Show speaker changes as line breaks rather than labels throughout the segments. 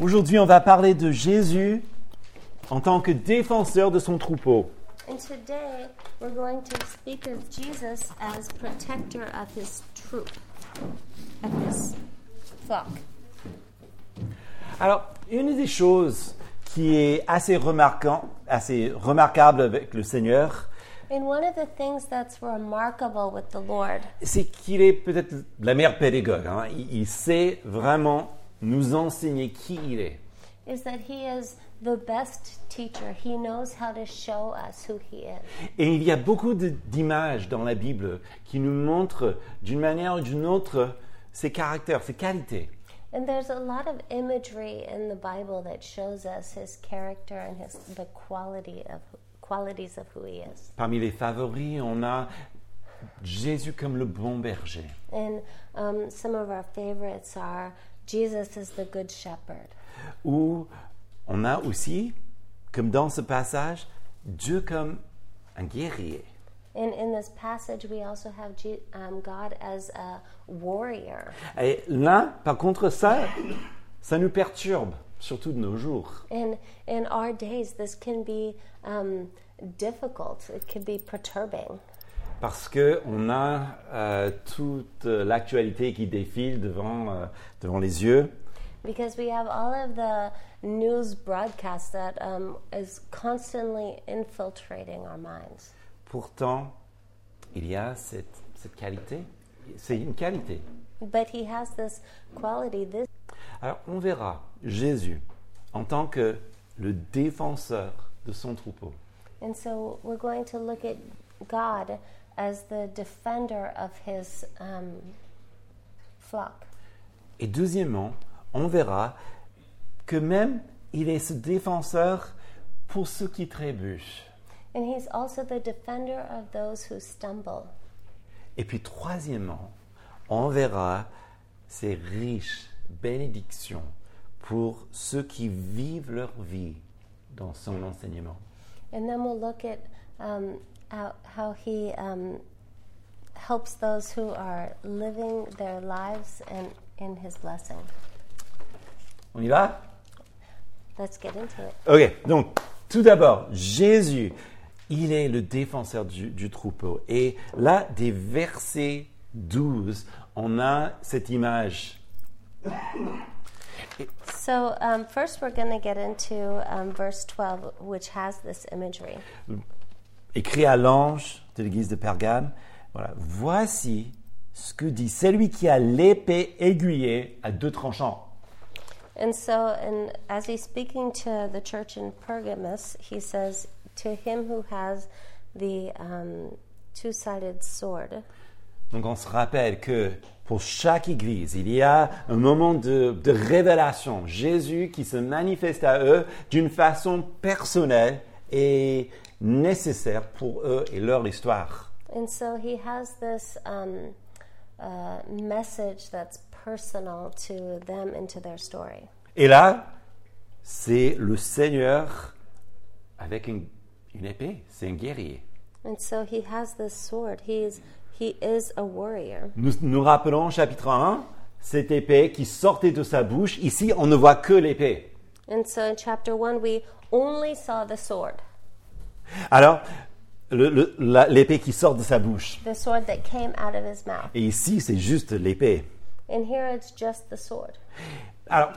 Aujourd'hui, on va parler de Jésus en tant que défenseur de son troupeau.
And today we're going to speak of Jesus as protector of his troop, of his flock.
Alors, une des choses qui est assez, remarquant, assez remarquable avec le Seigneur,
And one of the things that's remarkable with the Lord
c'est qu'il est peut-être la meilleure pédagogue. hein. Il, il sait vraiment nous enseigner qui il est.
is that he is the best teacher. He knows how to show us who he is.
Et il y a beaucoup de- d'images dans la Bible qui nous montrent d'une manière ou d'une autre ses caractères, ses qualités.
And there's a lot of imagery in the Bible that shows us his character and his the quality of qualities of who he is.
Parmi les favoris, on a Jésus comme le bon berger.
And um, some of our favorites are Jesus is the good shepherd.
Ou on a aussi, comme dans ce passage, Dieu comme un guerrier.
And in this passage, we also have Je- um, God as a warrior.
Et là, par contre, ça, ça nous perturbe, surtout de nos jours.
And in our days, this can be um, difficult. It can be perturbing
Parce qu'on a euh, toute euh, l'actualité qui défile devant, euh, devant les yeux.
because we have all of the news broadcast that um, is constantly infiltrating our minds.
Pourtant, il y a cette, cette qualité. C'est une qualité.
But he has this quality. This
Alors, on verra Jésus en tant que le défenseur de son troupeau.
And so we're going to look at God as the defender of his um, flock.
Et deuxièmement, on verra que même il est ce défenseur pour ceux qui trébuchent.
And he's also the defender of those who stumble.
Et puis troisièmement, on verra ces riches bénédictions pour ceux qui vivent leur vie dans son enseignement.
And then we'll look at um, how, how he um, helps those who are living their lives and in his blessing.
On y va
Let's get into it.
Ok, donc tout d'abord, Jésus, il est le défenseur du, du troupeau. Et là, des versets 12, on a cette image
So, um, first, we're going to get into um, verse 12, which has this imagery.
écrit à l'ange de l'église de Pergame. Voilà, voici ce que dit celui qui a l'épée aiguillée à deux tranchants.
And so, and as he's speaking to the church in Pergamus, he says, "To him who has the um, two-sided sword."
Donc on se rappelle que pour chaque église, il y a un moment de, de révélation. Jésus qui se manifeste à eux d'une façon personnelle et nécessaire pour eux et leur histoire.
And so he has this um, uh, message that's personal to them and to their story.
Et là, c'est le Seigneur avec une, une épée, c'est un guerrier.
And so he has this sword. He is he is a warrior.
Nous nous rappelons chapitre 1, cette épée qui sortait de sa bouche. Ici, on ne voit que l'épée.
And so in chapter one, we only saw the sword,
Alors, le- le- la- l'épée qui sort de sa bouche.
the sword that came out of his mouth.
Et ici, c'est juste l'épée.
And here it's just the sword.
Alors,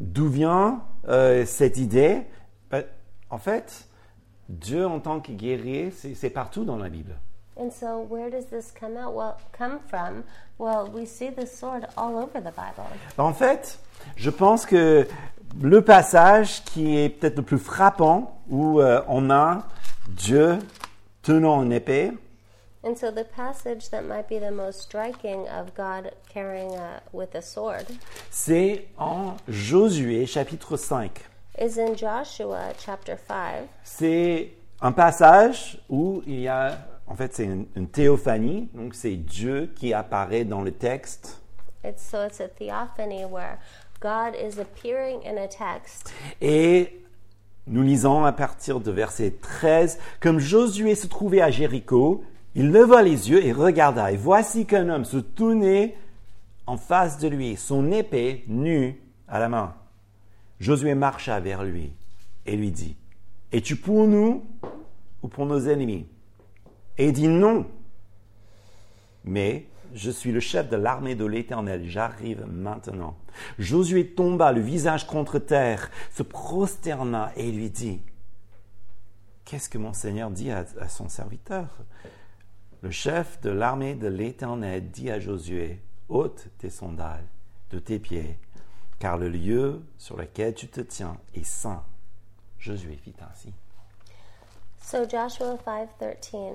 d'où vient euh, cette idée Ben, En fait, Dieu en tant que guerrier, c'est c'est partout dans la Bible.
And so, where does this come out? Well, come from? Well, we see the sword all over the Bible.
Ben, En fait, je pense que le passage qui est peut-être le plus frappant, où euh, on a Dieu tenant une épée,
And so, the passage that might be the most striking of God carrying a, with a sword
c'est en Josué chapitre 5.
is in Joshua chapter five,
C'est un passage où il y a, en fait, c'est une, une théophanie, donc c'est Dieu qui apparaît dans le texte.
it's so it's a theophany where God is appearing in a text.
Et nous lisons à partir de verset 13, comme Josué se trouvait à Jéricho, il leva les yeux et regarda, et voici qu'un homme se tournait en face de lui, son épée nue à la main. Josué marcha vers lui et lui dit, Es-tu pour nous ou pour nos ennemis Et il dit non. Mais je suis le chef de l'armée de l'Éternel, j'arrive maintenant. Josué tomba le visage contre terre, se prosterna et lui dit, Qu'est-ce que mon Seigneur dit à, à son serviteur Le chef de l'armée de l'Éternel dit à Josué, ôte tes sandales de tes pieds, car le lieu sur lequel tu te tiens est saint. Josué fit ainsi.
So Joshua 5:13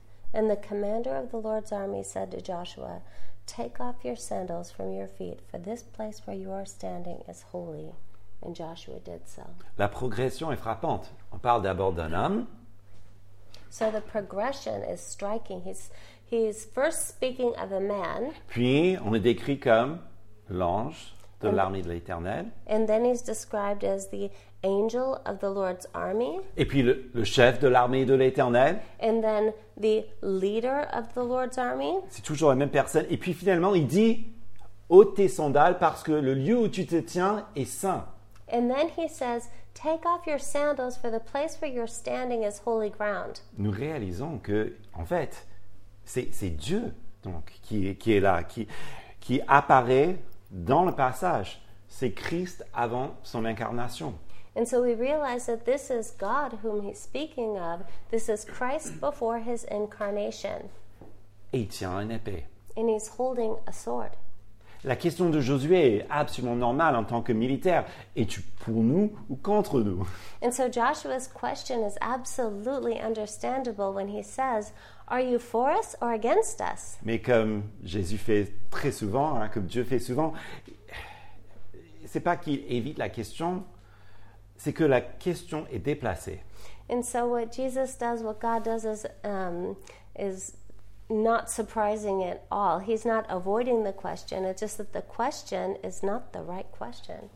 And the commander of the Lord's army said to Joshua, Take off your sandals from your feet, for this place where you are standing is holy. And Joshua did so.
La progression est frappante. On parle d'abord d'un homme,
So the progression is striking. He's he's first speaking of a man,
puis on le décrit comme l'ange de l'armée de l'Éternel,
and then he's described as the angel of the Lord's army,
et puis le, le chef de l'armée de l'Éternel.
and then the leader of the Lord's army.
C'est toujours la même personne. Et puis finalement, il dit ôte tes sandales parce que le lieu où tu te tiens est saint.
And then he says, Take off your sandals, for the place where you're standing is holy ground.
Nous réalisons que, en fait, c'est c'est Dieu donc qui, est- qui est là, qui, qui apparaît dans le passage. C'est Christ avant son incarnation.
And so we realize that this is God whom he's speaking of. This is Christ before his incarnation,
Et il tient une épée.
and he's holding a sword.
La question de Josué est absolument normale en tant que militaire. Es-tu pour nous ou contre nous
And so Joshua's question is absolutely understandable when he says, Are you for us or against us?
Mais comme Jésus fait très souvent, hein, comme Dieu fait souvent, c'est pas qu'il évite la question, c'est que la question est déplacée.
And so what Jesus does, what God does, is, um, is not surprising at all. He's not avoiding the question, it's just that the question is not the right question.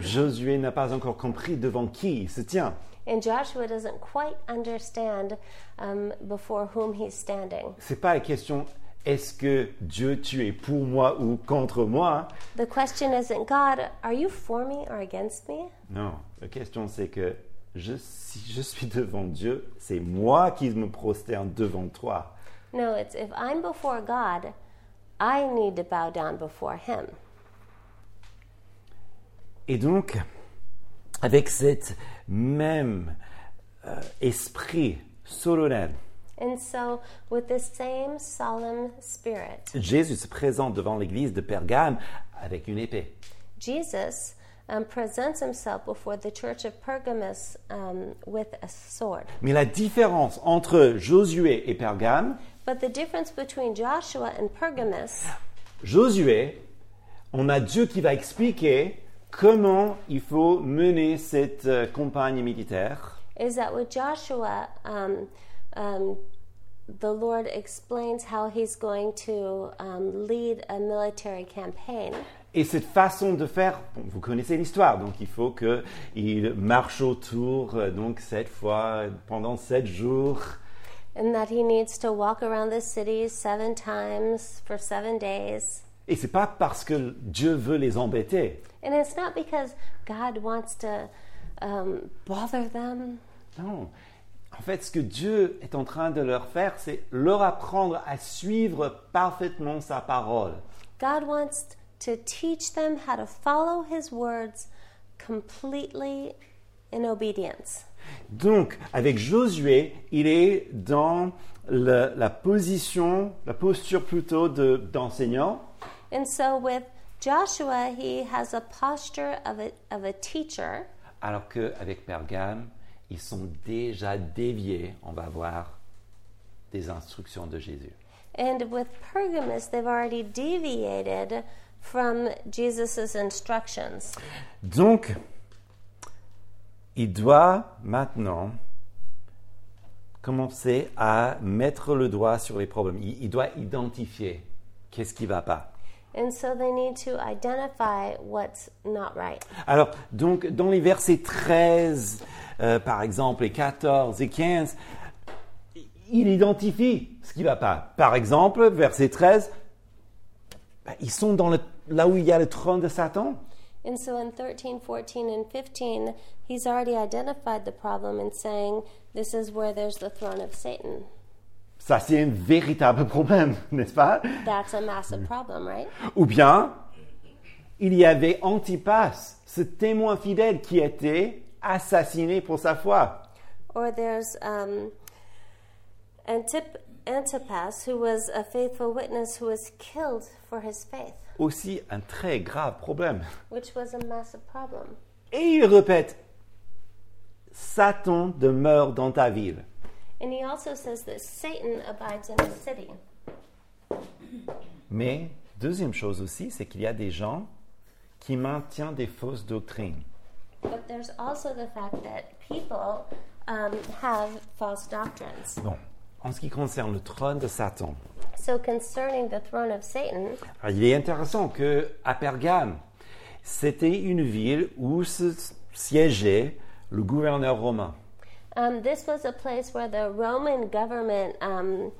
Josué n'a pas encore compris devant qui il se tient.
And Joshua doesn't quite understand um, before whom he's standing.
C'est pas la question est-ce que Dieu tu es pour moi ou contre moi
The question isn't, God, are you for me or against me?
Non, la question c'est que je, si je suis devant Dieu, c'est moi qui me prosterne devant toi.
No, it's if I'm before God, I need to bow down before him.
Et donc, avec cet même euh, esprit solennel,
And so, with this same solemn spirit,
Jésus se présente devant l'église de Pergame avec une épée.
Jesus um, presents himself before the church of Pergamus um, with a sword.
Mais la différence entre Josué et Pergame,
But the difference between Joshua and Pergamus
Josué, on a Dieu qui va expliquer comment il faut mener cette euh, campagne militaire.
is that with Joshua, um, um, the Lord explains how he's going to um, lead a military campaign.
Et cette façon de faire, bon, vous connaissez l'histoire, donc il faut qu'il marche autour, euh, donc cette fois, pendant sept jours.
And that he needs to walk around the city seven times for seven days.
Et c'est pas parce que Dieu veut les embêter.
And it's not because God wants to um, bother them.
Non. En fait, ce que Dieu est en train de leur faire, c'est leur apprendre à suivre parfaitement sa parole.
God wants to teach them how to follow his words completely in obedience.
Donc, avec Josué, il est dans le- la position, la posture plutôt de- d'enseignant.
And so with Joshua, he has a posture of a, of a teacher.
alors qu'avec Pergame, ils sont déjà déviés, on va voir, des instructions de Jésus.
And with Pergamus, they've already deviated from Jesus' instructions.
Donc, il doit maintenant commencer à mettre le doigt sur les problèmes. Il, il doit identifier qu'est-ce qui ne va pas.
And so they need to identify what's not right.
Alors, donc, dans les versets 13, euh, par exemple, et 14 et 15, il identifie ce qui ne va pas. Par exemple, verset 13, ben, ils sont dans le- là où il y a le trône de Satan.
And so in 13, 14, and 15, he's already identified the problem and saying, This is where there's the throne of Satan.
Ça, c'est un véritable problème, n'est-ce pas
That's a massive problem, right?
Ou bien, il y avait Antipas, ce témoin fidèle qui était assassiné pour sa foi.
Or there's um, Antip- Antipas, who was a faithful witness who was killed for his faith,
Aussi un très grave problème.
which was a massive problem.
Et il répète, Satan demeure dans ta ville.
And he also says that Satan abides in the city.
Mais deuxième chose aussi, c'est qu'il y a des gens qui maintiennent des fausses doctrines.
But there's also the fact that people um, have false doctrines.
Bon, en ce qui concerne le trône de Satan,
So concerning the throne of Satan,
alors, il est intéressant que à Pergame, c'était une ville où se siégeait le gouverneur romain.
um, this was a place where the Roman government um,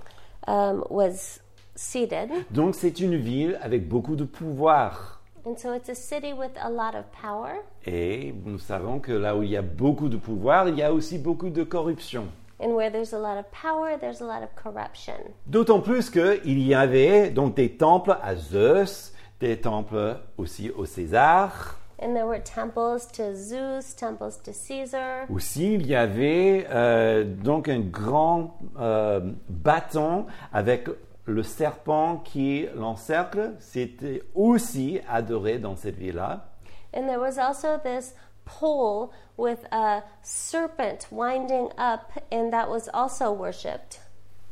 um, was seated.
Donc c'est une ville avec beaucoup de pouvoir.
And so it's a city with a lot of power.
Et nous savons que là où il y a beaucoup de pouvoir, il y a aussi beaucoup de corruption.
And where there's a lot of power, there's a lot of corruption.
D'autant plus qu'il y avait donc des temples à Zeus, des temples aussi au César.
And there were temples to Zeus, temples to Caesar.
Aussi, il y avait euh, donc un grand euh, bâton avec le serpent qui l'encercle. C'était aussi adoré dans cette ville-là.
And there was also this pole with a serpent winding up, and that was also worshipped.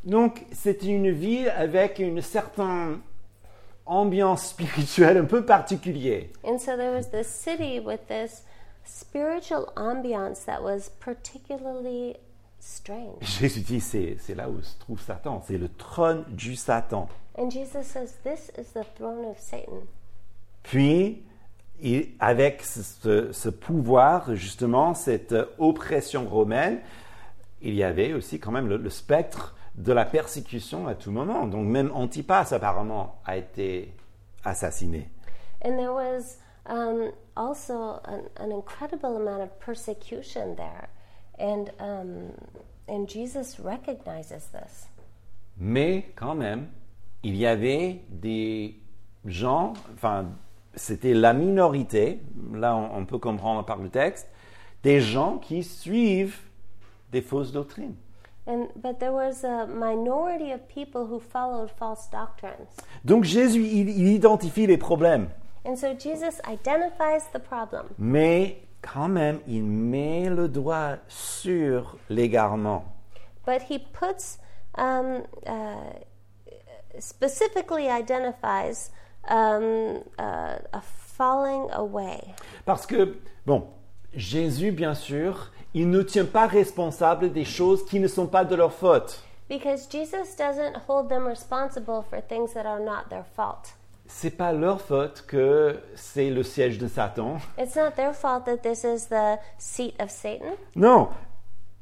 Donc, c'était une ville avec une certaine ambiance spirituelle un peu particulière.
And so there was this city with this spiritual ambiance that was particularly strange.
Jésus dit, c'est c'est là où se trouve Satan, c'est le trône du Satan.
And Jesus says, This is the throne of Satan.
Puis, il- avec ce, ce pouvoir, justement, cette euh, oppression romaine, il y avait aussi quand même le, le spectre de la persécution à tout moment. Donc même Antipas, apparemment, a été assassiné.
And there was um, also an, an incredible amount of persecution there. And, um, and Jesus recognizes this.
Mais quand même, il y avait des gens, enfin, c'était la minorité, là on, on peut comprendre par le texte, des gens qui suivent des fausses doctrines.
And, but there was a minority of people who followed false doctrines.
Donc Jésus, il- il identifie les problèmes.
And so Jesus identifies the problem.
Mais quand même, il met le doigt sur l'égarement.
but he puts um, uh, specifically identifies um, uh, a falling away
Parce que, bon, Jésus, bien sûr, il ne tient pas responsable des choses qui ne sont pas de leur faute.
because Jesus doesn't hold them responsible for things that are not their fault.
C'est pas leur faute que c'est le siège de Satan.
It's not their fault that this is the seat of Satan,
Non.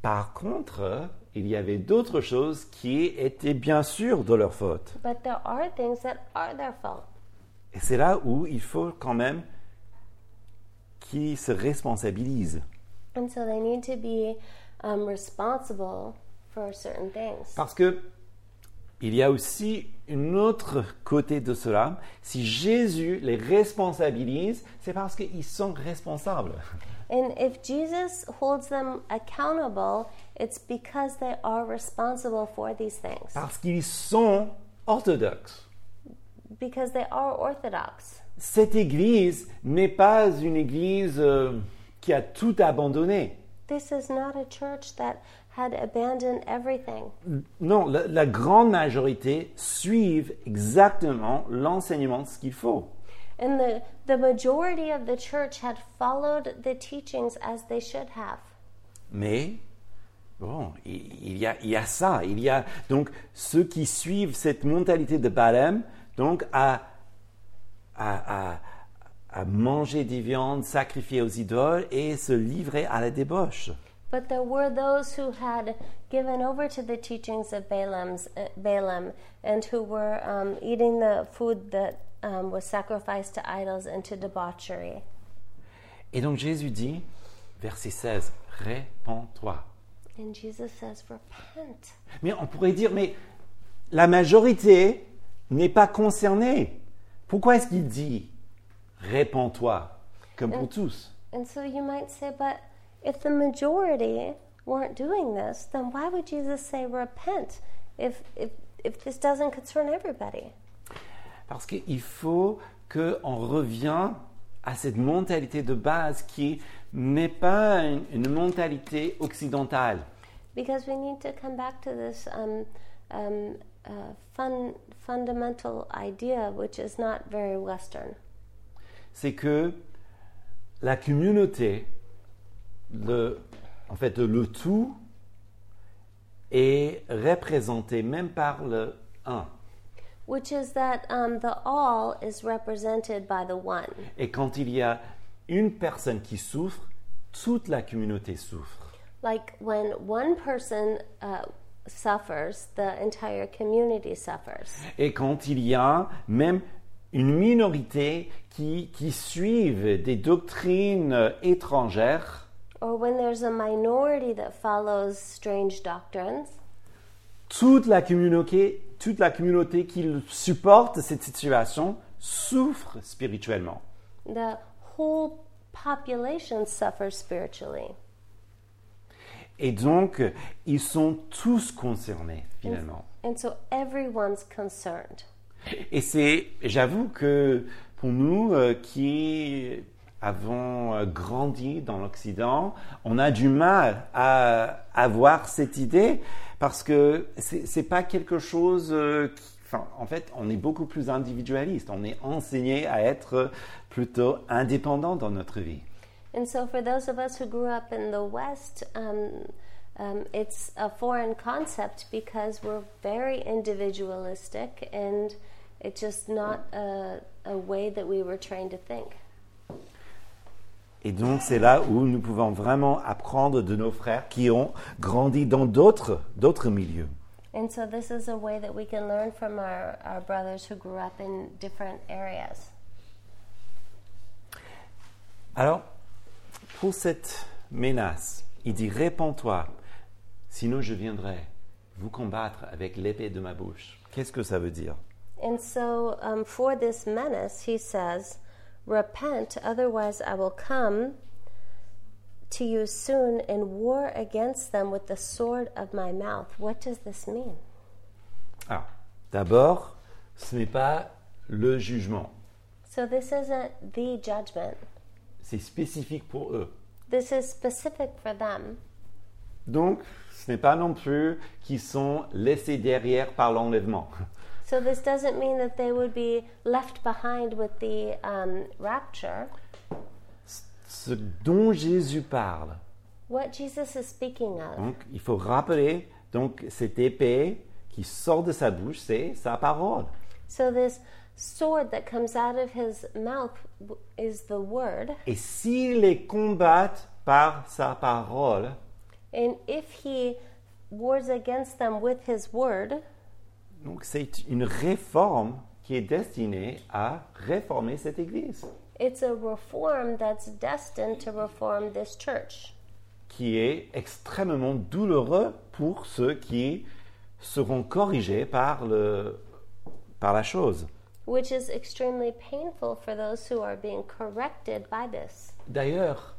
Par contre, il y avait d'autres choses qui étaient bien sûr de leur faute.
but there are things that are their fault.
Et c'est là où il faut quand même qu'ils se responsabilisent.
And so they need to be um, responsible for certain things.
Parce que il y a aussi une autre côté de cela. Si Jésus les responsabilise, c'est parce qu'ils sont responsables.
And if Jesus holds them accountable, it's because they are responsible for these things,
Parce qu'ils sont orthodoxes.
because they are orthodox.
Cette église n'est pas une église euh, qui a tout abandonné.
This is not a church that had abandoned everything.
Non, la, la grande majorité suivent exactement l'enseignement de ce qu'il faut.
And the, the majority of the church had followed the teachings as they should have.
Mais Bon, il il y, a, il y a ça. Il y a donc ceux qui suivent cette mentalité de barème, donc à, à, à- à manger des viandes sacrifiées aux idoles et se livrer à la débauche.
But there were those who had given over to the teachings of Balaam's, uh, Balaam and who were um, eating the food that um, was sacrificed to idols and to debauchery.
Et donc Jésus dit, verset 16, répands-toi.
And Jesus says, Repent.
Mais on pourrait dire, mais la majorité n'est pas concernée. Pourquoi est-ce qu'il dit, répands-toi, comme pour tous
And so you might say, But if the majority weren't doing this, then why would Jesus say, Repent, if, if, if this doesn't concern everybody?
Parce qu'il faut qu'on revient à cette mentalité de base qui n'est pas une, une mentalité occidentale.
Because we need to come back to this um, um, uh, fun, fundamental idea, which is not very Western.
C'est que la communauté, le, en fait le tout, est représenté même par le un.
Which is that um, the all is represented by the one.
Et quand il y a une personne qui souffre, toute la communauté souffre.
Like when one person uh, suffers, the entire community suffers.
et quand il y a même une minorité qui, qui suivent des doctrines étrangères,
Or when there's a minority that follows strange doctrines,
toute la communauté, toute la communauté qui supporte cette situation souffre spirituellement.
the whole population suffers spiritually.
Et donc, ils sont tous concernés, finalement.
And so everyone's concerned.
Et c'est, j'avoue que pour nous euh, qui avons euh, grandi dans l'Occident, on a du mal à avoir cette idée parce que c'est c'est pas quelque chose euh, qui. Enfin, en fait, on est beaucoup plus individualiste. On est enseigné à être plutôt indépendant dans notre vie.
And so, for those of us who grew up in the West, um, um, it's a foreign concept because we're very individualistic and it's just not a, a way that we were trained to think.
Et donc, c'est là où nous pouvons vraiment apprendre de nos frères qui ont grandi dans d'autres d'autres milieux.
And so, this is a way that we can learn from our, our brothers who grew up in different areas.
Alors, pour cette menace, il dit Répands-toi, sinon je viendrai vous combattre avec l'épée de ma bouche. Qu'est-ce que ça veut dire
And so, um, for this menace, he says, Repent, otherwise I will come to you soon and war against them with the sword of my mouth. What does this mean?
Alors, Ah, d'abord, ce n'est pas le jugement,
So, this isn't the judgment,
c'est spécifique pour eux.
this is specific for them.
Donc, ce n'est pas non plus qu'ils sont laissés derrière par l'enlèvement.
So, this doesn't mean that they would be left behind with the um, rapture.
Ce dont Jésus parle,
What Jesus is speaking of
donc il faut rappeler, donc cette épée qui sort de sa bouche, c'est sa parole.
So this sword that comes out of his mouth w- is the word,
Et s'ils les combattent par sa parole,
and if he wars against them with his word,
donc c'est une réforme qui est destinée à réformer cette Église,
it's a reform that's destined to reform this church,
qui est extrêmement douloureux pour ceux qui seront corrigés par, le, par la chose.
which is extremely painful for those who are being corrected by this.
D'ailleurs,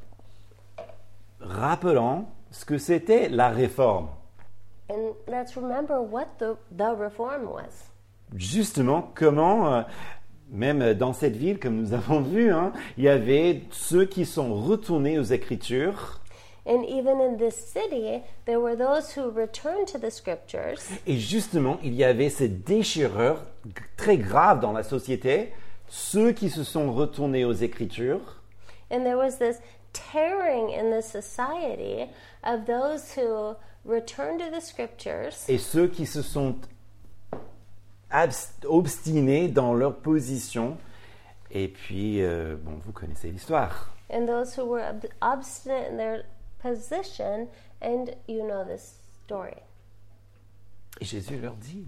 rappelons ce que c'était la réforme.
And let's remember what the, the reform was.
justement comment, euh, même dans cette ville, comme nous avons vu, hein, il y avait ceux qui sont retournés aux Écritures
And even in this city, there were those who returned to the scriptures.
et justement il y avait cette déchirure g- très grave dans la société, ceux qui se sont retournés aux Écritures
And there was this tearing in the society of those who return to the scriptures
Et ceux qui se sont abs- obstinés dans leur position, et puis, euh, bon, vous connaissez l'histoire.
and those who were ob- obstinate in their position, and you know this story.
Et Jésus leur dit,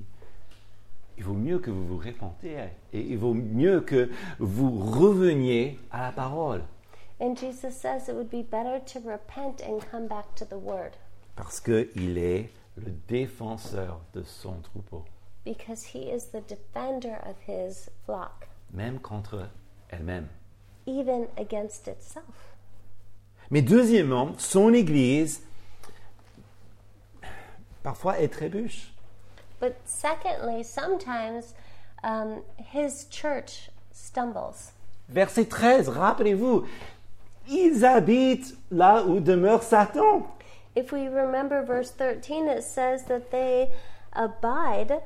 il vaut mieux que vous vous repentiez, et il vaut mieux que vous reveniez à la parole.
And Jesus says it would be better to repent and come back to the word
parce qu'il est le défenseur de son troupeau,
because he is the defender of his flock,
même contre elle-même.
even against itself.
Mais deuxièmement, son Église parfois est trébuche.
But secondly, sometimes um, his church stumbles.
Verset 13, rappelez-vous, ils habitent là où demeure Satan.
If we remember verse 13, it says that they abide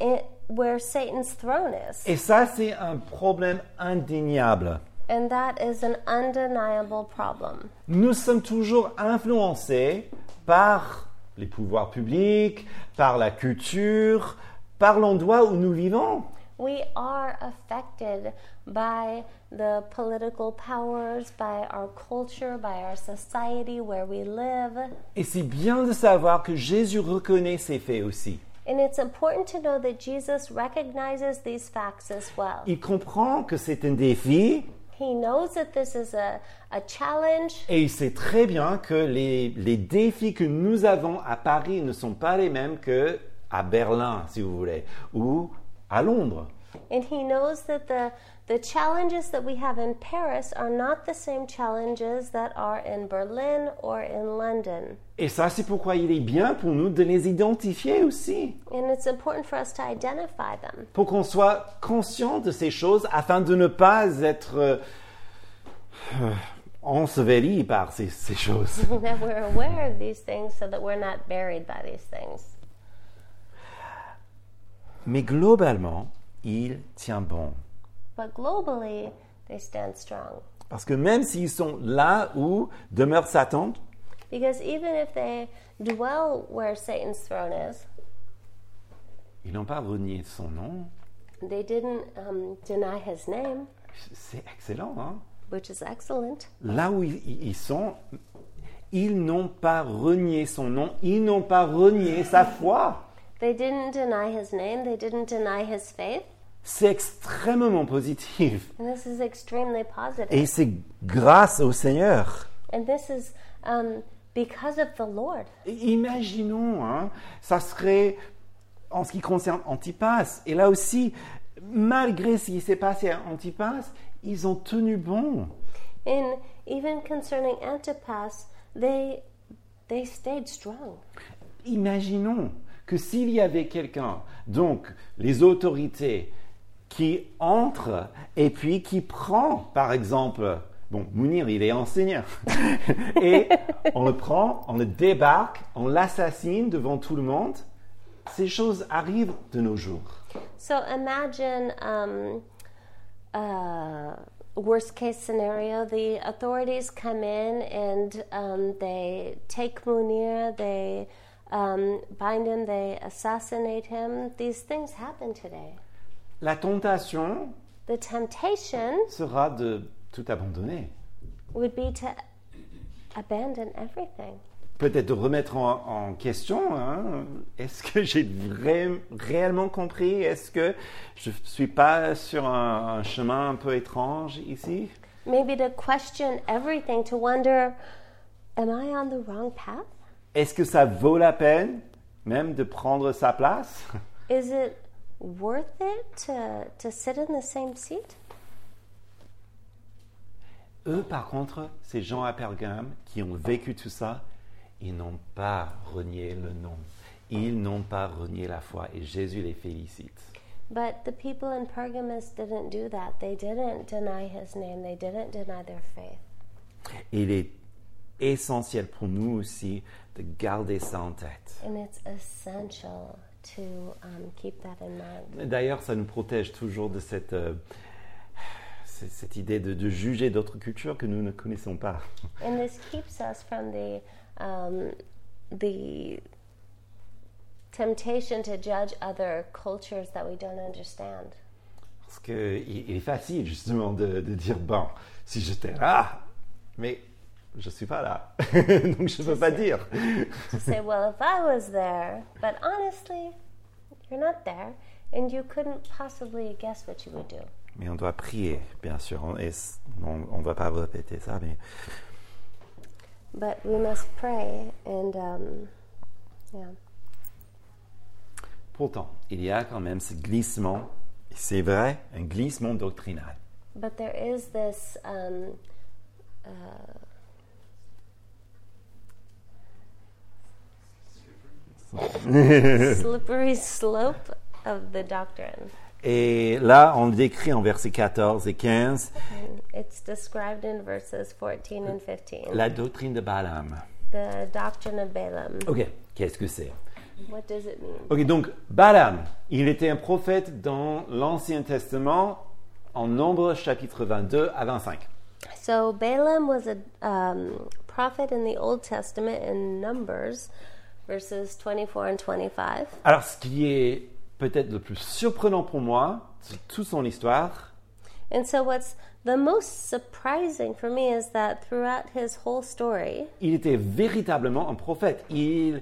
i- where Satan's throne is.
Et ça, c'est un problème indéniable.
And that is an undeniable problem.
nous sommes toujours influencés par les pouvoirs publics, par la culture, par l'endroit où nous vivons.
We are affected by the political powers, by our culture, by our society, where we live.
Et c'est bien de savoir que Jésus reconnaît ces faits aussi.
And it's important to know that Jesus recognizes these facts as well.
Il comprend que c'est un défi
He knows that this is a, a challenge,
et il sait très bien que les, les défis que nous avons à Paris ne sont pas les mêmes que à Berlin, si vous voulez, ou à Londres.
and he knows that the, the challenges that we have in Paris are not the same challenges that are in Berlin or in London.
Et ça, c'est pourquoi il est bien pour nous de les identifier aussi.
And it's important for us to identify them
pour qu'on soit conscient de ces choses afin de ne pas être euh, euh, enseveli par ces, ces choses.
and that we're aware of these things so that we're not buried by these things.
Mais globalement, il tient bon.
But globally, they stand strong.
Parce que même s'ils sont là où demeure Satan,
Because even if they dwell where Satan's throne is,
ils n'ont pas renié son nom.
they didn't um, deny his name,
C'est excellent. hein?
which is excellent.
Là où ils- ils ils sont, ils n'ont pas renié son nom, ils n'ont pas renié sa foi.
They didn't deny his name, they didn't deny his faith,
C'est extrêmement positif.
and this is extremely positive.
Et c'est grâce au Seigneur.
And this is um, because of the Lord.
Imaginons, hein, ça serait en ce qui concerne Antipas. Et là aussi, malgré ce qui s'est passé à Antipas, ils ont tenu bon.
And even concerning Antipas, they they stayed strong.
Imaginons que s'il y avait quelqu'un, donc les autorités, qui entre et puis qui prend, par exemple, bon, Mounir, il est enseignant, et on le prend, on le débarque, on l'assassine devant tout le monde, ces choses arrivent de nos jours.
So imagine um, uh, worst case scenario: the authorities come in and um, they take Munir, they um, bind him, they assassinate him. These things happen today.
La tentation
The temptation
sera de tout abandonner.
would be to abandon everything.
Peut-être de remettre en, en question, hein, est-ce que j'ai vraim- réellement compris Est-ce que je ne suis pas sur un, un chemin un peu étrange ici
Maybe to question everything, to wonder, am I on the wrong path?
Est-ce que ça vaut la peine même de prendre sa place
Is it worth it to, to sit in the same seat?
Eux, par contre, ces gens à Pergame qui ont vécu tout ça, ils n'ont pas renié le nom. Ils n'ont pas renié la foi et Jésus les félicite.
But the people in Pergamus didn't do that. They didn't deny his name, they didn't deny their faith.
Il est essentiel pour nous aussi de garder ça en tête.
And it's essential to um, keep that in mind.
D'ailleurs, ça nous protège toujours de cette, euh, c'est cette idée de, de juger d'autres cultures que nous ne connaissons pas.
And this keeps us from the um, the temptation to judge other cultures that we don't understand.
Parce qu'il est facile justement de, de dire, bon, si j'étais là, mais je ne suis pas là, donc je ne peux pas dire.
To say, well, if I was there, but honestly, you're not there, and you couldn't possibly guess what you would do.
Mais on doit prier, bien sûr, on- et s- on ne va pas répéter ça, mais
But we must pray, and um, yeah.
pourtant, il y a quand même ce glissement, et c'est vrai, un glissement doctrinal.
But there is this um, uh, slippery slope of the doctrine.
Et là, on le décrit en versets 14 et 15,
And It's described in verses 14 and 15.
la doctrine de Balaam.
The doctrine of Balaam.
Ok, qu'est-ce que c'est
What does it mean?
Ok, donc Balaam, il était un prophète dans l'Ancien Testament en Nombre chapitre 22 à 25.
So Balaam was a um, prophet in the Old Testament in Numbers, verses 24 and 25.
Alors, ce qui est peut-être le plus surprenant pour moi, c'est toute son histoire,
And so, what's the most surprising for me is that throughout his whole story,
il était véritablement un prophète. Il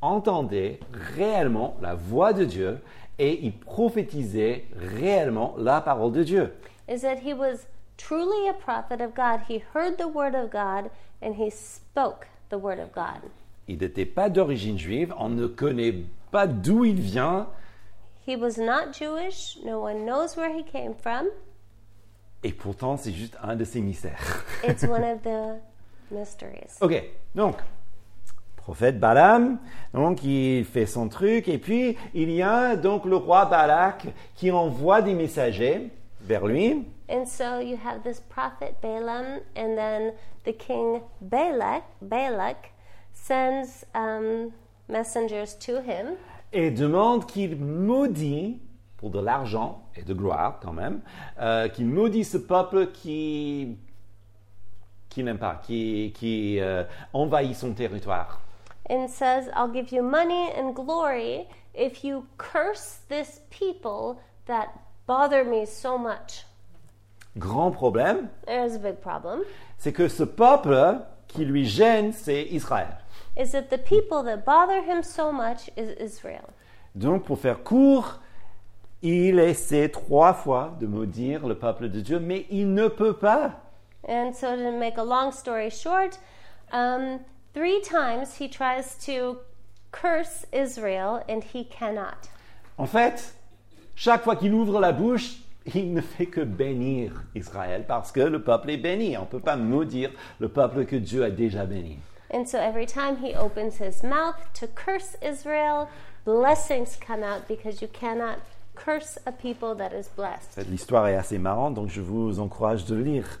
entendait réellement la voix de Dieu et il prophétisait réellement la parole de Dieu.
is that he was truly a prophet of God. He heard the word of God and he spoke the word of God.
Il n'était pas d'origine juive, on ne connaît pas d'où il vient,
He was not Jewish, no one knows where he came from.
et pourtant c'est juste un de ses mystères.
It's one of the mysteries.
Ok, donc, prophète Balaam, donc il fait son truc, et puis il y a donc le roi Balak qui envoie des messagers vers lui.
And so, you have this prophet Balaam, and then the king Balak, Balak sends um, messengers to him.
et demande qu'il maudit, pour de l'argent et de gloire quand même, euh, qu'il maudit ce peuple qui, qui n'aime pas, qui, qui euh, envahit son territoire.
and says, I'll give you money and glory if you curse this people that bother me so much.
Grand problème,
There's a big problem.
c'est que ce peuple qui lui gêne, c'est Israël.
Is that the people that bother him so much is Israel.
Donc pour faire court, il essaie trois fois de maudire le peuple de Dieu, mais il ne peut pas.
And so, to make a long story short, um, three times he tries to curse Israel and he cannot.
En fait, chaque fois qu'il ouvre la bouche, il ne fait que bénir Israël parce que le peuple est béni. On ne peut pas maudire le peuple que Dieu a déjà béni.
And so, every time he opens his mouth to curse Israel, blessings come out because you cannot curse a people that is blessed.
L'histoire est assez marrante, donc je vous encourage de lire.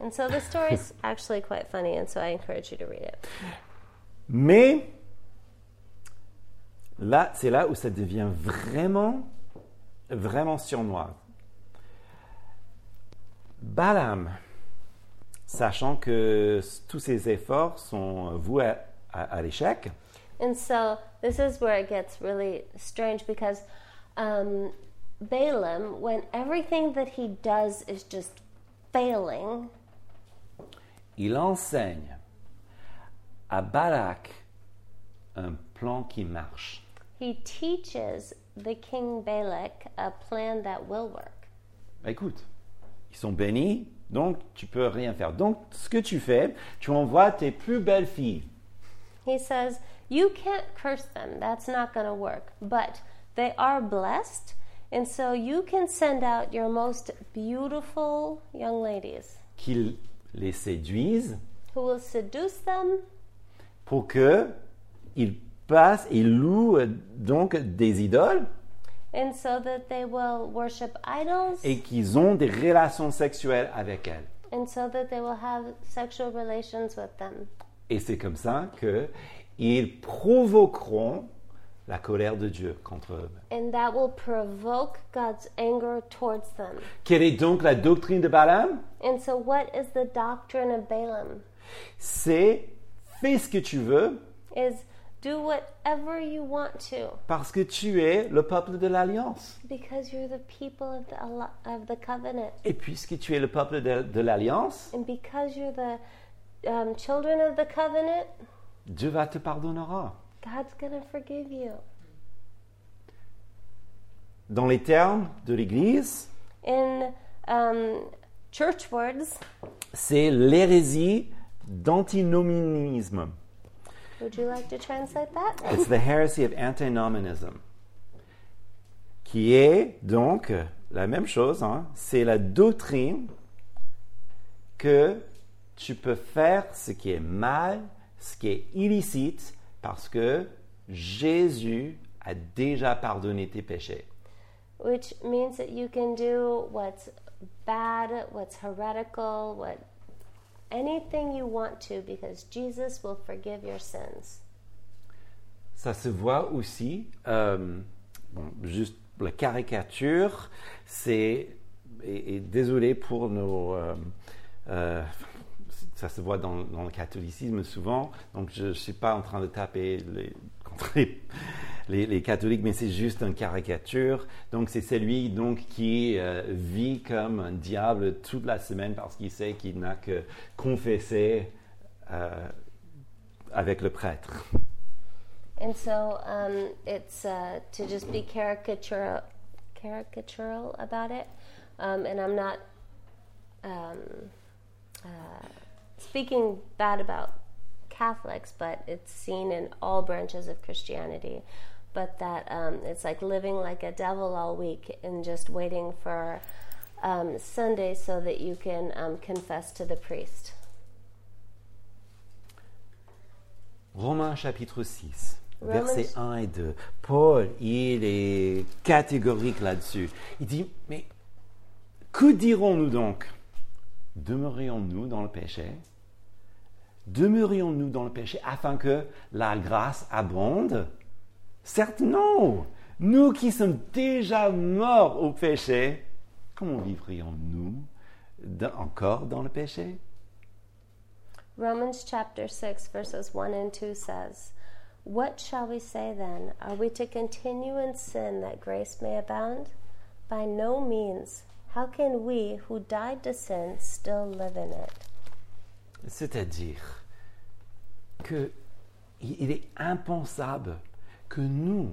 And so the story's actually quite funny, and so I encourage you to read it.
Mais là, c'est là où ça devient vraiment, vraiment surnoir. Balaam, sachant que tous ses efforts sont voués à- à- à l'échec,
And so this is where it gets really strange because um, Balaam, when everything that he does is just failing,
il enseigne à Balak un plan qui marche.
he teaches the king Balak a plan that will work.
Bah, écoute, ils sont bénis, donc tu peux rien faire. Donc ce que tu fais, tu envoies tes plus belles filles.
He says, You can't curse them, that's not going to work, but they are blessed, and so you can send out your most beautiful young ladies
qu'il les séduise
who will seduce them
pour que ils passent et louent euh, donc des idoles
and so that they will worship idols
et qu'ils ont des relations sexuelles avec elles.
and so that they will have sexual relations with them
Et c'est comme ça que ils provoqueront la colère de Dieu contre eux.
and that will provoke God's anger towards them.
Quelle est donc la doctrine de Balaam
And so, what is the doctrine of Balaam?
C'est fais ce que tu veux
Is do whatever you want to
parce que tu es le peuple de l'alliance.
because you're the people of the al- of the covenant,
Et puisque tu es le peuple de, de l'alliance,
and because you're the um, children of the covenant,
Dieu va te pardonnera.
God's gonna forgive you.
Dans les termes de l'Église,
In um, church words,
c'est l'hérésie d'antinomianisme.
would you like to translate that?
It's the heresy of antinomianism, qui est donc la même chose. hein, C'est la doctrine que tu peux faire ce qui est mal, ce qui est illicite, parce que Jésus a déjà pardonné tes péchés.
Which means that you can do what's bad, what's heretical, what anything you want to because Jesus will forgive your sins.
Ça se voit aussi, euh, bon, juste la caricature, c'est, et, et désolé pour nos... euh, euh, ça se voit dans, dans le catholicisme souvent, donc je ne suis pas en train de taper les, contre les, les- les catholiques, mais c'est juste une caricature. Donc c'est celui donc, qui euh, vit comme un diable toute la semaine parce qu'il sait qu'il n'a que confessé euh, avec le prêtre.
And so um, it's uh, to just be caricatural, caricatural about it. Um, and I'm not um, uh, speaking bad about Catholics, but it's seen in all branches of Christianity. But that um, it's like living like a devil all week and just waiting for um, Sunday so that you can um, confess to the priest.
Romains chapitre 6,
Romains-
versets 1 et 2. Paul, il est catégorique là-dessus. Il dit, mais que dirons-nous donc Demeurions-nous dans le péché Demeurions-nous dans le péché afin que la grâce abonde Certes, non. Nous qui sommes déjà morts au péché, comment vivrions-nous dans- encore dans le péché
Romans chapter 6, verses 1 and 2 says, What shall we say then? Are we to continue in sin that grace may abound? By no means. How can we who died to sin still live in it?
C'est-à-dire que i- il est impensable que nous,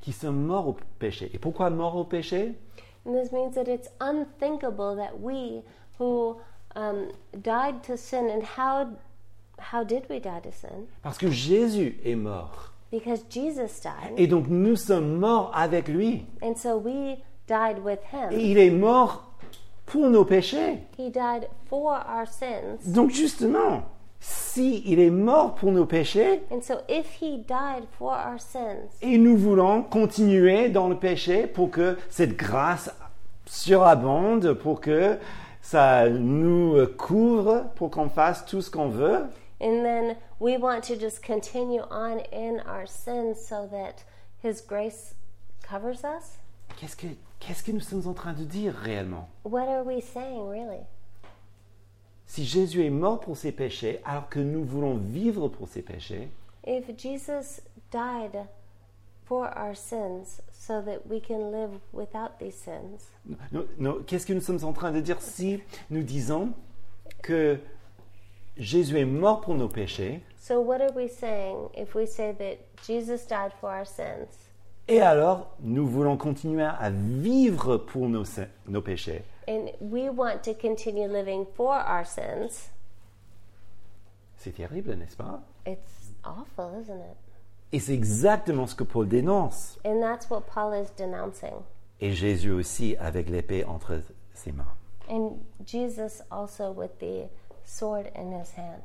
qui sommes morts au péché, et pourquoi morts au péché
And this means that it's unthinkable that we who um, died to sin, and how, how did we die to sin?
Parce que Jésus est mort.
Because Jesus died,
Et donc nous sommes morts avec lui.
and so we died with
Et
him.
il est mort pour nos péchés.
He died for our sins.
Donc justement, si il est mort pour nos péchés,
And so, if he died for our sins,
et nous voulons continuer dans le péché pour que cette grâce surabonde, pour que ça nous euh, couvre, pour qu'on fasse tout ce qu'on veut,
and then we want to just continue on in our sins so that his grace covers us,
qu'est-ce que, qu'est-ce que nous sommes en train de dire réellement
what are we saying really?
Si Jésus est mort pour ses péchés, alors que nous voulons vivre pour ses péchés,
If Jesus died for our sins so that we can live without these sins,
nous- nous- qu'est-ce que nous sommes en train de dire si nous disons que Jésus est mort pour nos péchés,
so what are we saying if we say that Jesus died for our sins?
et alors nous voulons continuer à vivre pour nos se- nos péchés
And we want to continue living for our sins.
C'est terrible, n'est-ce pas
It's awful, isn't it?
Et c'est exactement ce que Paul dénonce.
And that's what Paul is denouncing.
Et Jésus aussi avec l'épée entre ses mains.
And Jesus also with the sword in his hand.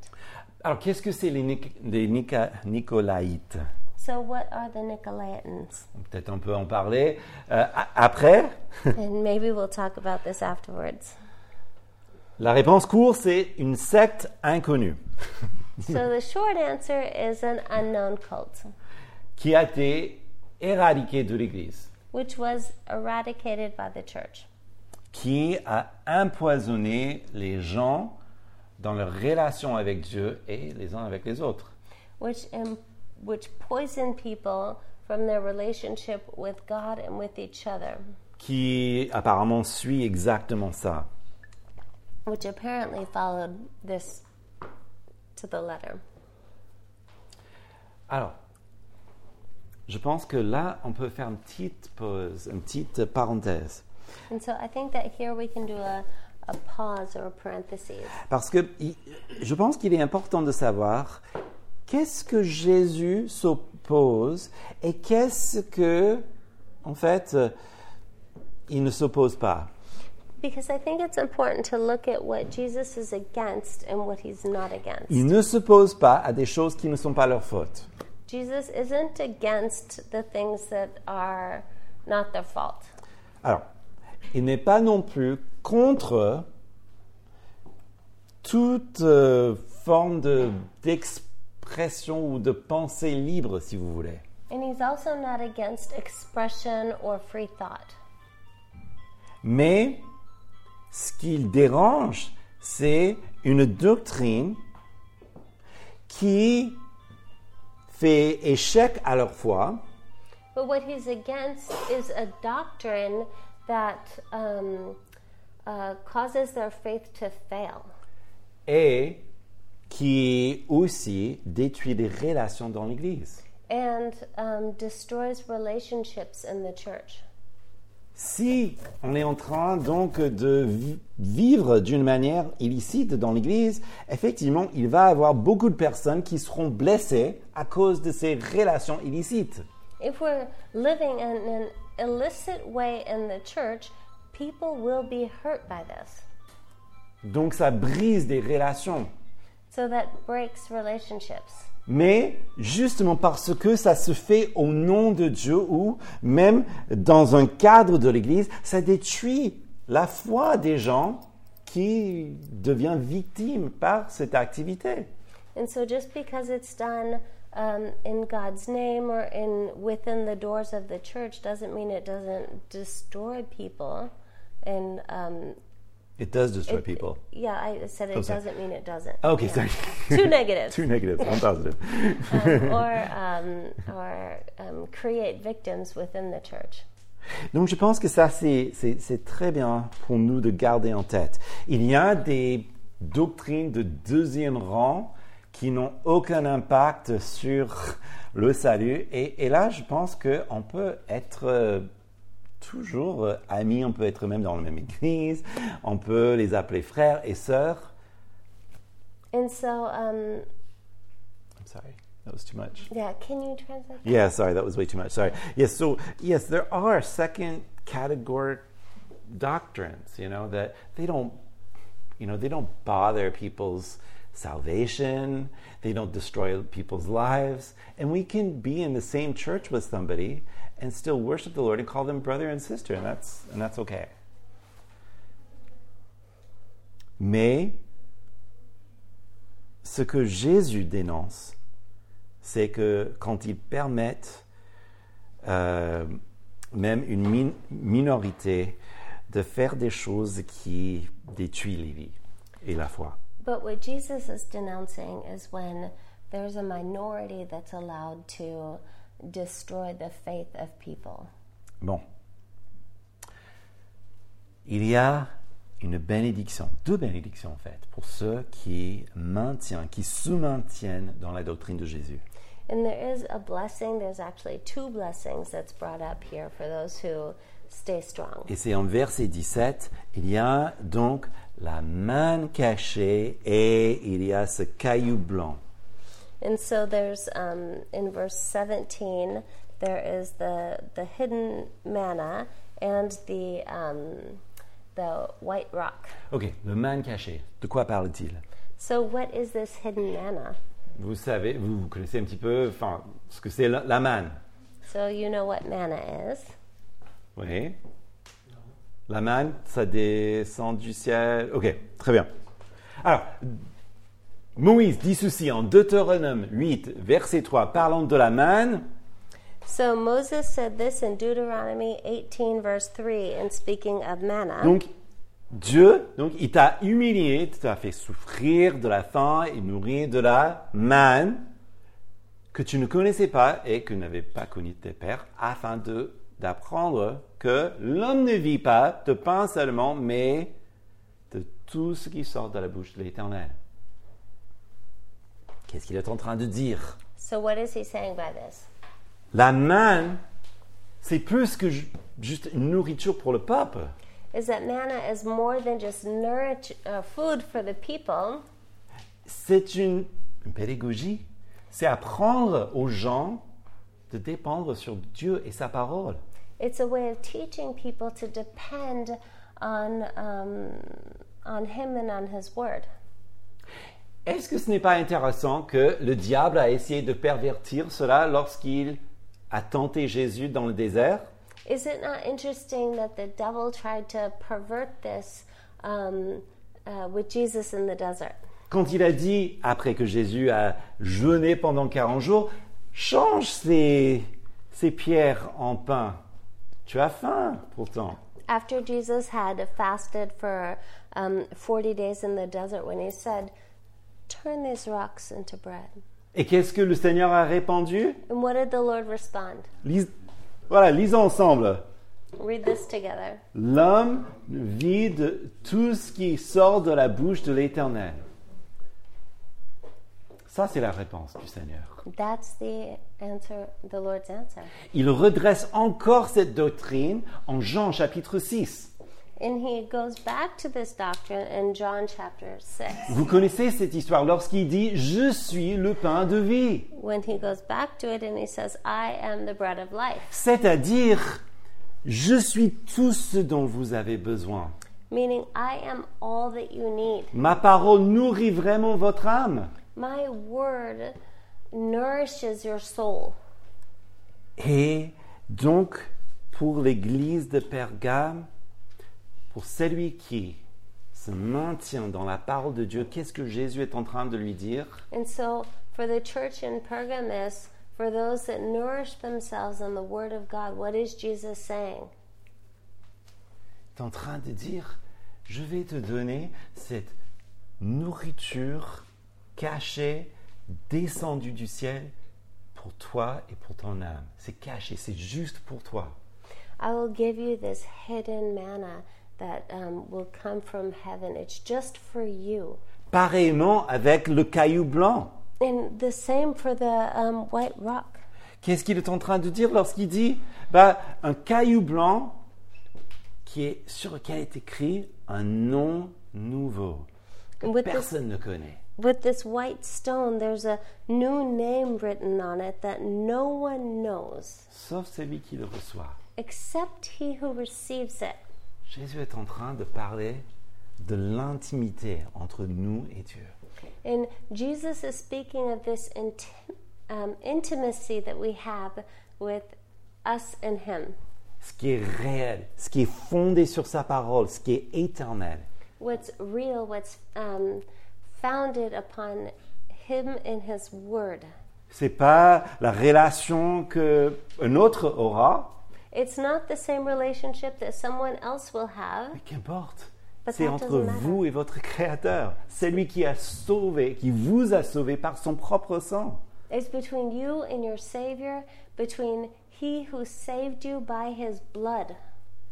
Alors, qu'est-ce que c'est les, Nic- les Nica- Nicolaïtes
So, what are the Nicolaitans?
Peut-être on peut en parler euh, a- après.
and maybe we'll talk about this afterwards.
La réponse courte, c'est une secte inconnue
So, the short answer is an unknown cult
qui a été éradiqué de l'Église,
which was eradicated by the church,
qui a empoisonné les gens dans leur relation avec Dieu et les uns avec les autres.
which, em- which poisoned people from their relationship with God and with each other,
qui apparemment suit exactement ça.
which apparently followed this to the letter.
Alors, je pense que là, on peut faire une petite pause, une petite parenthèse.
And so I think that here we can do a, a pause or a parenthesis.
Parce que il- je pense qu'il est important de savoir qu'est-ce que Jésus s'oppose et qu'est-ce que, en fait, euh, il ne s'oppose pas.
Because I think it's important to look at what Jesus is against and what he's not against.
Il ne s'oppose pas à des choses qui ne sont pas leur faute.
Jesus isn't against the things that are not their fault.
Alors, il n'est pas non plus contre toute euh, forme de- d'expression ou de pensée libre, si vous voulez.
And he's also not against expression or free thought.
Mais ce qu'il dérange, c'est une doctrine qui fait échec à leur foi,
But what he's against is a doctrine that um, uh, causes their faith to fail
et qui aussi détruit les relations dans l'Église.
and um, destroys relationships in the church.
Si on est en train donc de vi- vivre d'une manière illicite dans l'Église, effectivement, il va y avoir beaucoup de personnes qui seront blessées à cause de ces relations illicites.
If we're living in an illicit way in the church, people will be hurt by this.
Donc ça brise des relations.
So that breaks relationships.
Mais justement parce que ça se fait au nom de Dieu ou même dans un cadre de l'Église, ça détruit la foi des gens qui deviennent victimes par cette activité.
And so just because it's done um, in God's name or in within the doors of the church doesn't mean it doesn't destroy people. And um,
It does destroy
it-
people.
yeah, I said it
Oh, sorry.
doesn't mean it doesn't.
Okay,
Yeah.
sorry.
Two negatives.
Two negatives, one positive.
or um, or um, create victims within the church.
Donc je pense que ça, c'est- c'est c'est très bien pour nous de garder en tête. Il y a des doctrines de deuxième rang qui n'ont aucun impact sur le salut. Et, et là, je pense qu'on peut être euh, toujours euh, amis, on peut être même dans la même église, on peut les appeler frères et sœurs.
And so, um,
I'm sorry, that was too much.
yeah, can you translate?
Yeah, sorry, that was way too much. Sorry. Yes, so yes, there are second category doctrines, you know, that they don't you know, they don't bother people's salvation, they don't destroy people's lives, and we can be in the same church with somebody and still worship the Lord and call them brother and sister, and that's and that's okay. Mais ce que Jésus dénonce, c'est que quand ils permettent euh, même une min- minorité de faire des choses qui détruisent les vies et la foi.
But what Jesus is denouncing is when there's a minority that's allowed to destroy the faith of people.
Bon. Il y a une bénédiction, deux bénédictions en fait, pour ceux qui maintiennent, qui se maintiennent dans la doctrine de Jésus.
And there is a blessing, there's actually two blessings that's brought up here for those who stay strong.
Et c'est en verset 17, il y a donc la manne cachée et il y a ce caillou blanc.
And so there's um, in verse 17, there is the the hidden manna and the um, the white rock.
Ok, le man caché. De quoi parle-t-il
So what is this hidden manna?
Vous savez, vous, vous connaissez un petit peu, enfin, ce que c'est la, la manne.
So you know what manna is.
Oui. La manne, ça descend du ciel. Ok, très bien. Alors, Moïse dit ceci en Deutéronome 8, verset 3, parlant de la manne.
So Moses said this in Deuteronomy 18, verse 3, in speaking of manna.
Donc, Dieu, donc, il t'a humilié, il t'a fait souffrir de la faim et nourrir de la manne que tu ne connaissais pas et que n'avaient pas connu tes pères, afin de d'apprendre que l'homme ne vit pas de pain seulement, mais de tout ce qui sort de la bouche de l'Éternel. Qu'est-ce qu'il est en train de dire
So, what is he saying by this?
La manne, c'est plus que ju- juste une nourriture pour le peuple.
Is that manna is more than just nourish, uh, food for the people,
c'est une, une pédagogie. C'est apprendre aux gens de dépendre sur Dieu et sa parole.
it's a way of teaching people to depend on, um, on him and on his word.
Est-ce que ce n'est pas intéressant que le diable a essayé de pervertir cela lorsqu'il a tenté Jésus dans le désert
Is it not interesting that the devil tried to pervert this um, uh, with Jesus in the desert?
Quand il a dit, après que Jésus a jeûné pendant 40 jours, change ces, ces pierres en pain. Tu as faim pourtant.
After Jesus had fasted for um, 40 days in the desert, when he said, Turn these rocks into bread.
Et qu'est-ce que le Seigneur a répandu
And what did the Lord respond?
Lis- Voilà, lisons ensemble.
Read this together.
L'homme vit de tout ce qui sort de la bouche de l'Éternel. Ça, c'est la réponse du Seigneur.
That's the answer, the Lord's answer.
Il redresse encore cette doctrine en Jean chapitre 6.
And he goes back to this doctrine in John chapter 6.
Vous connaissez cette histoire lorsqu'il dit ⁇ Je suis le pain de vie ⁇
When he goes back to it and he says, I am the bread of life,
C'est-à-dire ⁇ Je suis tout ce dont vous avez besoin
meaning I am all that you
⁇
need.
Ma parole nourrit vraiment votre âme.
My word nourishes your soul.
Et donc, pour l'Église de Pergame, pour celui qui se maintient dans la parole de Dieu, qu'est-ce que Jésus est en train de lui dire
And so, for the church in Pergamus, for those that nourish themselves in the word of God, what is Jesus saying?
Il est en train de dire, je vais te donner cette nourriture cachée, descendue du ciel, pour toi et pour ton âme. C'est caché, c'est juste pour toi.
I will give you this hidden manna that um, will come from heaven. It's just for you.
Pareillement avec le caillou blanc.
And the same for the um, white rock.
Qu'est-ce qu'il est en train de dire lorsqu'il dit bah, un caillou blanc qui est, sur lequel est écrit un nom nouveau que
With this-
personne ne connaît.
With this white stone, there's a new name written on it that no one knows
Sauf celui qui le reçoit.
except he who receives it.
Jésus est en train de parler de l'intimité entre nous et Dieu.
And Jesus is speaking of this intim- um, intimacy that we have with us and Him,
Ce qui est réel, ce qui est fondé sur sa parole, ce qui est éternel.
what's real, what's um, founded upon Him and His Word.
C'est pas la relation que un autre aura,
It's not the same relationship that someone else will have.
Mais qu'importe.
But
C'est
that
entre
doesn't matter.
vous et votre Créateur. C'est lui qui a sauvé, qui vous a sauvé par son propre sang.
It's between you and your Savior, between He who saved you by His blood.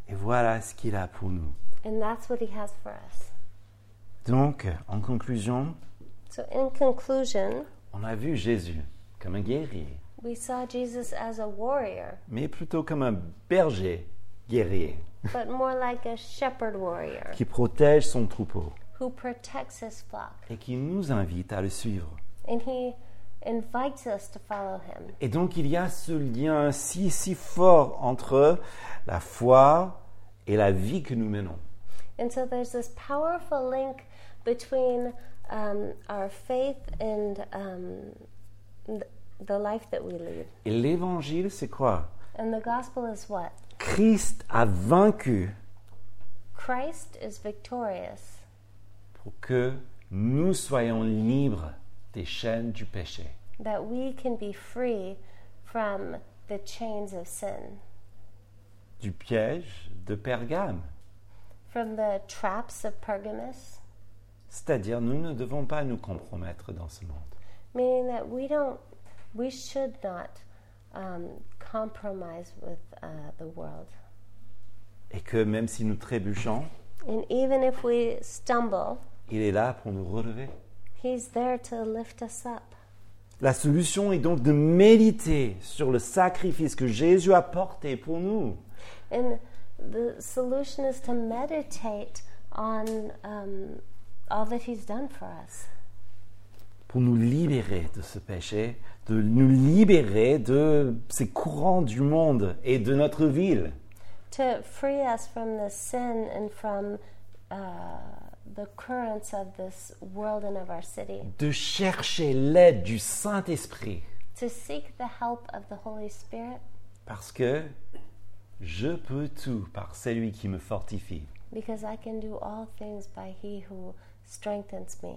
Et voilà ce qu'il a pour nous.
And that's what He has for us.
Donc, en conclusion,
So, in conclusion,
on a vu Jésus comme un guerrier,
we saw Jesus as a warrior.
mais plutôt comme un berger guerrier
but more like a shepherd warrior
qui protège son troupeau
who protects his flock.
et qui nous invite à le suivre.
And he invites us to follow him.
Et donc, il y a ce lien si, si fort entre la foi et la vie que nous menons.
And so there's this powerful link between um, our faith and um, th- the life that we lead.
Et l'évangile, c'est quoi
And the gospel is what?
Christ a vaincu
Christ is victorious
pour que nous soyons libres des chaînes du péché.
that we can be free from the chains of sin,
du piège de Pergame.
from the traps of Pergamus,
C'est-à-dire, nous ne devons pas nous compromettre dans ce monde.
meaning that we don't, we should not um, compromise with uh, the world.
Et que même si nous trébuchons,
And even if we stumble,
il est là pour nous relever.
He's there to lift us up.
La solution est donc de méditer sur le sacrifice que Jésus a porté pour nous.
And the solution is to meditate on um, all that He's done for us,
pour nous libérer de ce péché, de nous libérer de ces courants du monde et de notre ville.
to free us from the sin and from uh, the currents of this world and of our city,
De chercher l'aide du Saint-Esprit
to seek the help of the Holy Spirit,
parce que je peux tout par celui qui me fortifie.
because I can do all things by He who strengthens me,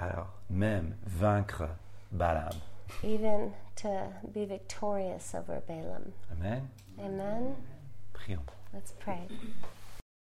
Alors, même vaincre Balaam.
even to be victorious over Balaam.
Amen.
Amen.
Prions.
Let's pray.